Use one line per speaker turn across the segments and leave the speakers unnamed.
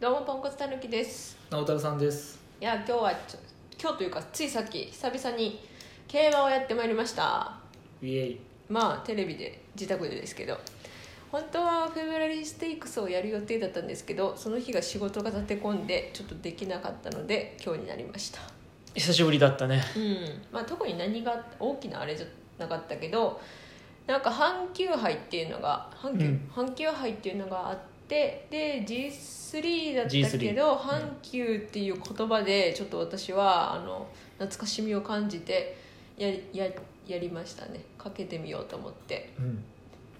どうもポンコツたぬきです
直太朗さんです
いや今日はちょ今日というかついさっき久々に競馬をやってまいりました
イエイ
まあテレビで自宅でですけど本当はフェブラリーステークスをやる予定だったんですけどその日が仕事が立て込んでちょっとできなかったので今日になりました
久しぶりだったね
うんまあ特に何が大きなあれじゃなかったけどなんか阪急杯っていうのが阪急,、
うん
阪急杯っていうのがあってで G3 だったけど阪急っていう言葉でちょっと私はあの懐かしみを感じてやややりましたねかけてみようと思って
うん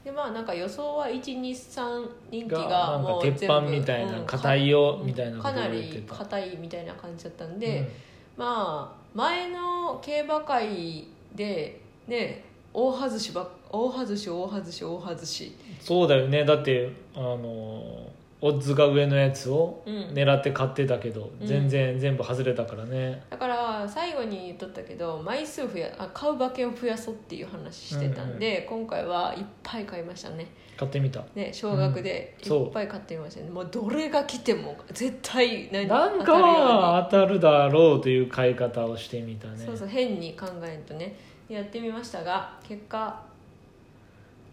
でまあなんか予想は123人気
が
が
なん
も
か
う
鉄板
全部
みたいな
うん
硬いよ
うん
みたいなこ
か
とを
な
言って
り
た
硬いみたいな感じだったんで、まあ前の競馬会でね大外しばっ大外し大外し大外し、
うんそうだよねだってあのオッズが上のやつを
うん
狙って買ってたけど、
うん
全然全部外れたからね
だから最後に言っとったけど枚数増やあ買う馬券を増やそうっていう話してたんで、今回はいっぱい買いましたね
買ってみた
ね少額で
うん
い
そう
っぱい買ってみましたね、もうどれが来ても絶対何
なんか
当たるように
は当たるだろうという買い方をしてみたね
そうそう変に考えんとねやってみましたが結果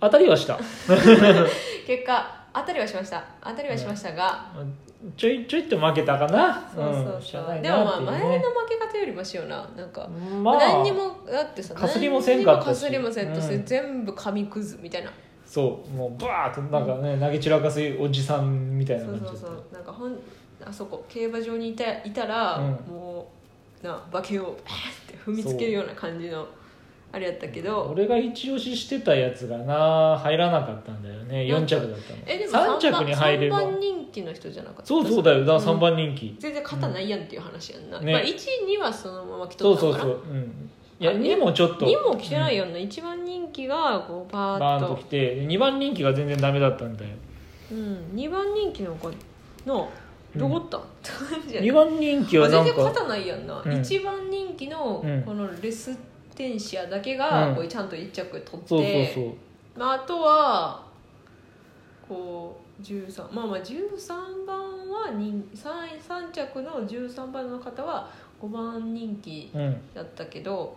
当たりはした
結果当たりはしました当たりはしましたが、
ちょいちょいって負けたかな
そうそう
し
そ
ゃ
う、
ない
でもまあ
なっていうね
前の負け方よりマシよななんか、
まあ
何にもだってさ
かすりもせんかったし
何にもかすりもせんとして、
うん
全部紙くずみたいな
そうもうバーッとなんかね、投げ散らかすおじさんみたいな
そう
感じ
そ
だ
う
った
そうなんかほんあそこ競馬場にいたいたら、
うん
もうな馬券をパーって踏みつけるような感じのあれやったけど
俺が一押ししてたやつがな入らなかったんだよね
なん
4
か
着だったの
えでも
3着に入れば
3番人気の人じゃなかった
そうそうだよだ
うん
3番人気、
全然肩ないやんっていう話やんな、
ね
まあ、1位2はそのまま来
そ
と
う
った
そ
の
う
かな
そう、うん、いや
あ
2もちょっと
2も来てないよんな、一番人気がこう
う
バ
ん
ー
バ
ッ
ーン
と
と来て2番人気が全然ダメだったんだよ
うん、2番人気の子のどこおった、って感じやね
2番人気はな
全
ん
然
か
勝たないやんな、
うん
一1番人気の
うん
このレステンシアだけが
うん
こうちゃんと1着取って、
そうそうそう
まあ、あとはこう13まあまあ13番は人 3, 3着の13番の方は5番人気
うん
だったけど、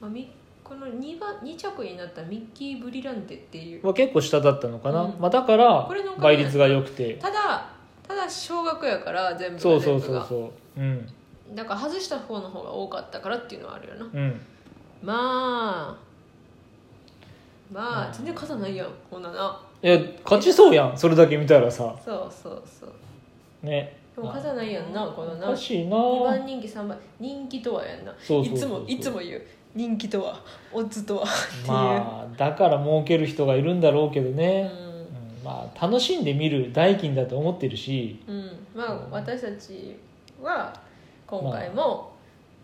まあ、みこの 2, 番2着になったミッキー・ブリランテっていう
は結構下だったのかな、
うん
まあ、だから
これのおかげ
倍率が良くて
ただただ小学やから全部が
そうそ
全
う
部
そ
が
うそううん
だから外した方の方が多かったからっていうのはあるよな
うん
まあま
う
あ
ん
全然勝たないやんこんなない
や勝ちそうやんそれだけ見たらさ
そうそうそう
ね
でも勝たないやんなこの
お
な
かしいな
2番人気3番人気とはやんな
そうそうそうそう
いつもいつも言う人気とはオッズとはっていう、
まあだから儲ける人がいるんだろうけど
う
ね、
ん
うんまあ楽しんで見る代金だと思ってるし
うん、まあ私たちは今回も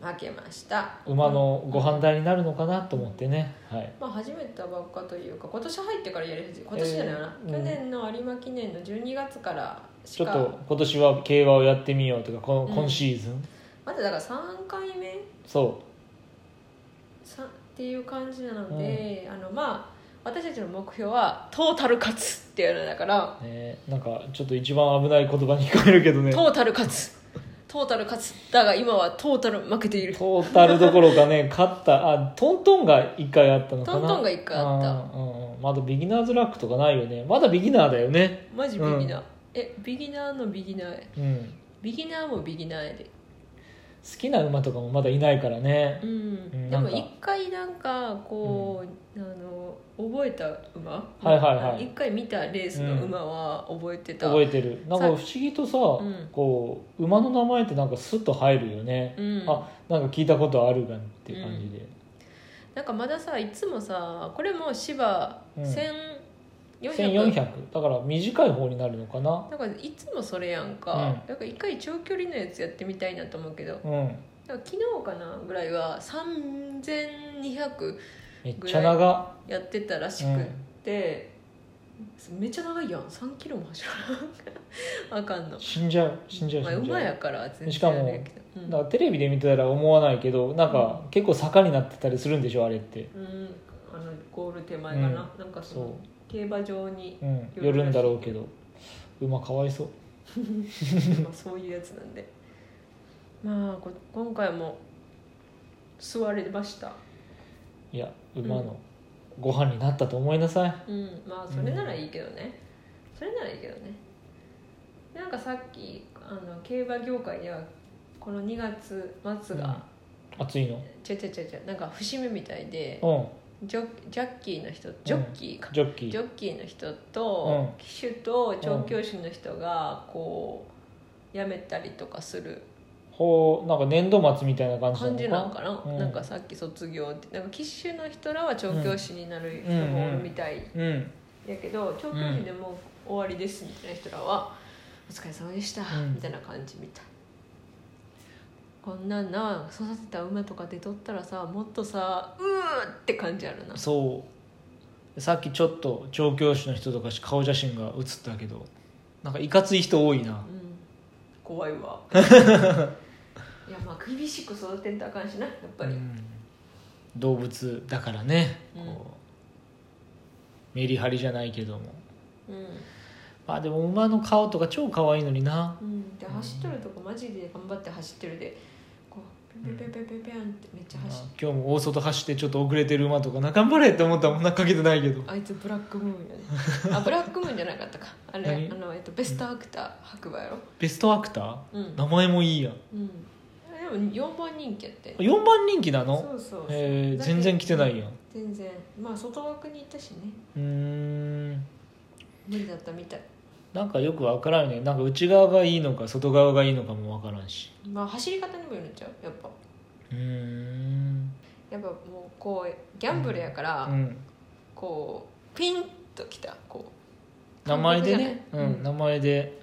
負けました、
馬のご飯代になるのかなと思ってね、はい、
まあ、始めたばっかというか今年入ってからやり始め今年じゃないよな、
えーうん
去年の有馬記念の12月からし
ちょ
か
っと今年は競馬をやってみようとかこの
うん
今シーズン、
まだだから3回目
そ
さっていう感じなので、あのまあ私たちの目標はトータル勝つっていうのだから、
う、ね、なんかちょっと一番危ない言葉に聞こえるけどね
トータル勝つトータル勝つだが今はトータル負けている
トータルどころか ね勝ったあトントンが1回あったのかな
トントンが一回あった
たうんうんまだビギナーズラックとかないよねまだビギナーだよね
マジビギナー、えビギナーのビギナーへ
うん
ビギナーもビギナーへで
好きな馬とかもまだいないからね
う
うん
ん、で
なん
も
か
一回なんかこう、あの覚えた馬
はいはいはい
一回見たレースの馬は覚えてた、
覚えてるなんか不思議とさ、
うん
こう馬の名前ってなんかスッと入るよね、
うん、
あなんか聞いたことあるがんっていう感じで、
なんかまださいつもさこれも芝
うん
1400
1400だから短い方になるのかな
なんかいつもそれやんか、
うん
なんか一回長距離のやつやってみたいなと思うけど
うん
なんか昨日かなぐらいは3200
めっちゃ長、
やってたらし
うん
くって、めっちゃ長いやん3キロも走らなあかんの
死んじゃう死んじゃう
まあ、
死んじ
馬
ゃ
や
う
から全然
しかも
あれやけどうん
だからテレビで見てたら思わないけどなんか結構坂になってたりするんでしょあれって
うん、あのゴール手前かな、なんかその
そ
競馬場に
う、うん、寄るんだろうけど馬かわいそう
まあそういうやつなんでまあこ今回も座れました
いや馬のご飯になったと思いなさい、
うんまあそれならいいけどね、それならいいけどねなんかさっきあの競馬業界ではこの2月末が、
暑いの
ちゃちゃちゃちゃなんか節目みたいで
う
ジョジャッキーの人ジョッキーか
ん、ジョッキ
ジ
ー
ョッキーの人と、
うん
騎手と調教師の人がこう辞めたりとかする
ほうなんか年度末みたいな感じな
感
のか
じなのかな、
うん
なんかさっき卒業ってなんか騎手の人らは調教師になる人もおるみたい
うん
やけど調教師でもう終わりですみたいな人らは「お疲れ様でした」
うん
みたいな感じみたい。こんなんな育てた馬とか出とったらさもっとさうーって感じあるな
そうさっきちょっと調教師の人とかし顔写真が写ったけどなんかいかつい人多いな
うん怖い わいやまあ厳しく育てんとあかんしなやっぱり、
うん動物だからね、
うん
こうメリハリじゃないけども
うん
まあでも馬の顔とか超可愛いのにな
うん、で走っとるとこマジで頑張って走ってるでこうペンペンペンペンペンペンってめっちゃ走っ
あ今日も大外走ってちょっと遅れてる馬とかな頑張れって思ったらもんなかけてないけど
あいつブラックムーンやねあブラックムーンじゃなかったかあれ
何
あの、えっと、ベストアクター白馬やろ
ベストアクタ
うん、う
ー
ん、
名前もいいやん
でも4番人気やって
4番人気な
そ
の
うそうそう、
えー全然来てないやん
全然まあ外枠にいたしね
うーん
無理だったみたい
なんかよく分からんよねなんか内側がいいのか外側がいいのかも分からんし
まあ走り方にもよるんちゃうやっぱ
うーん
やっぱもうこうギャンブルやから、
うん
こうピンときたこう
名前でね
韓国じゃな
う
い
ん名前で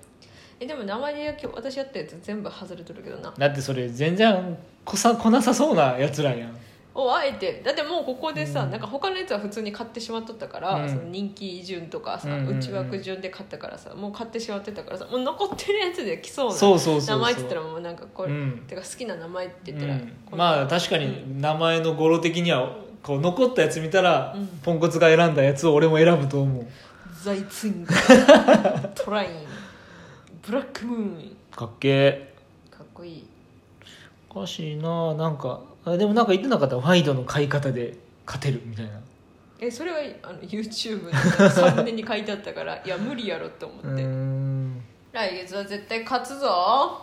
えでも名前でや今日私やったやつ全部外れとるけどな
だってそれ全然こさこなさそうなやつらやん
おあえてだってもうここでさ、
うん
なんか他のやつは普通に買ってしまっとったから、
うん
その人気順とかさ、
うんうんうん
内枠順で買ったからさもう買ってしまってたからさもう残ってるやつで来そうな
そうそうそうそう
名前って言ったらもうなんかこれ、
うん
てか好きな名前って言
う
ったら、
ん
この
まあ確か
うん
に名前の語呂的にはこう残ったやつ見たら、
うん
ポンコツが選んだやつを俺も選ぶと思う
ザイツイン トラインブラックムーン
かっけえ
かっこいい
おかしいななんかあでもなんか言ってなかったワイドの買い方で勝てるみたいな
えそれはあの YouTube の3年に書いてあった からいや無理やろって思
う
って、
ーん
来月は絶対勝つぞ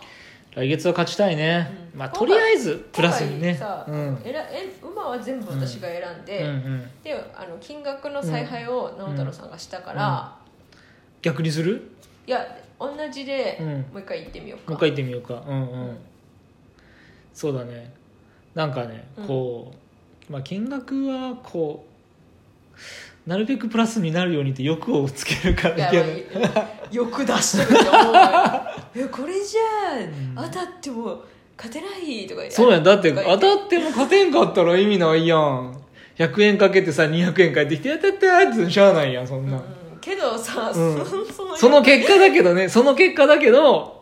来月は勝ちたいね、
うん
まあとりあえずプラスにね
今回さ、
うん
えらえ馬は全部私が選ん
う
で、
んうん、
であの金額の采配を直太朗さんがしたから、
逆にする
いや同じで、
うん
もう一回行ってみようか
もう一回行ってみようかうんうん、
うん
そうだねなんかね
うん
こう、まあ、金額はこうなるべくプラスになるようにって欲をつけるから
いや
いけない
まあいよく出してると思うよ えこれじ
うん
ゃあ当たっても勝てないとか言
そうやんだって
とか
当
言
たっても勝てんかったら意味ないやん100円かけてさ200円返ってきてやったったーってしゃあないやんそんな、
うん、けどさ、
う
そ
ん
その
その結果だけどねその結果だけど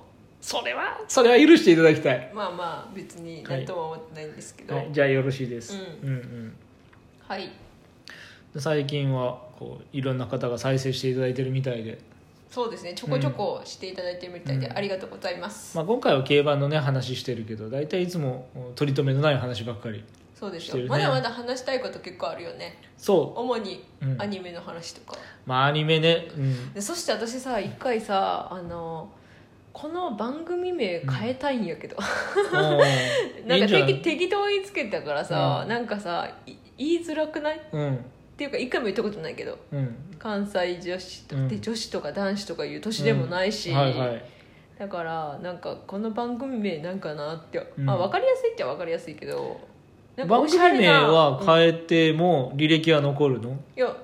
それはそれは許していただきたい、
まあまあ別に何とも思ってないんですけど
は、
はいい、
じゃあよろしいです、
う
うんうん
はい、
最近はこういろんな方が再生していただいてるみたいで、
そうですねちょこちょこしていただいてるみたいで、
うん
ありがとうございます、
まあ、今回は競馬のね話してるけど大体いつもうん取り留めのない話ばっかり
そうで
し
す
て
よ、
るね
まだまだ話したいこと結構あるよね
そ
主に
う、うん
アニメの話とか、
まあアニメね、うん、
でそして私さ一回さあのこの番組名変えたいんやけど、
もう
ないんか
いんじゃな
適
い
適当につけたからさ、
うん
なんかさい言いづらくないっ
うん
ていうか一回も言ったことないけど
うん
関西女子と、
うん
で女子とか男子とかいう年でもないし、
はいはい
だからなんかこの番組名なんかなって、
うん
まあ分かりやすいっちゃ分かりやすいけどなんか
番
おし
組
ゃれ
名
な
は
うんい
変えても履歴は残るの
や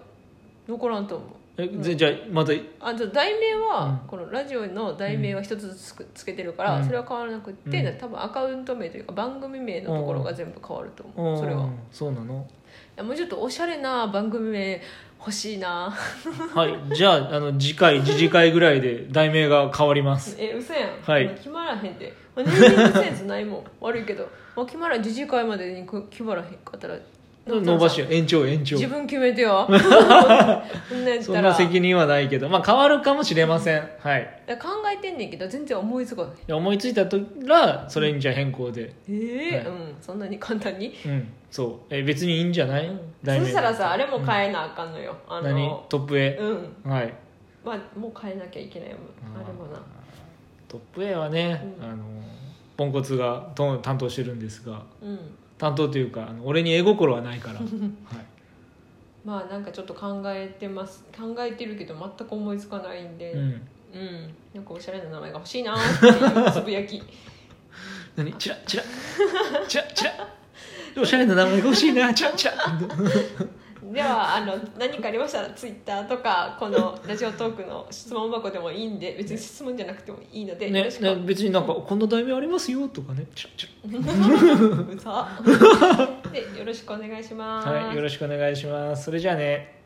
残らんと思う
え、
うん
ぜじゃあまた
あと題名は、
うん
このラジオの題名は一つずつつくつけてるから、
うん
それは変わらなくって、
うん
多分アカウント名というか番組名のところが全部変わると思う、
うん
それは
そうなの
いやもうちょっとおしゃれな番組名欲しいな
はいじゃああの次回次次回ぐらいで題名が変わります
え嘘やん、
はい
もう決まらへんでネーミングセンスないもん悪いけどもう決まらん次次回までにく決まらへんかったら
伸ばしよう延長延長
自分決めて よそんなんやっ
そ
た
んな
ら
責任はないけどまあ変わるかもしれませんはい
考えてんねんけど全然思いつかない
思いついた時らそれにじゃあ変更で
ええ
はい
うんそんなに簡単に、
うんそうえ別にいいんじゃない、
うんそ
題名
したらさあれも変えなあかんのよ、あ
何
の
トップ A、
うん
はい
まあもう変えなきゃいけないもんあれもな
トップ A はね、
うん
あのポンコツがと担当してるんですが
うん
担当というかあの俺に絵心は ないからはい
まあなんかちょっと考えてます考えてるけど全く思いつかないんで
う
うん、
ん
なんかおしゃれな名前が欲しいなーっていうつぶや き
何チラチラチラチラおしゃれな名前が欲しいなチラチラ
ではあの何かありましたらツイッターとかこのラジオトークの質問箱でもいいんで別に質問じゃなくてもいいので、よ
ね
ろしく
ね別になんかこんな題名ありますよとかねチラチ
うざでよろしくお願いします。
ラはいよろしくお願いしますそれじゃあね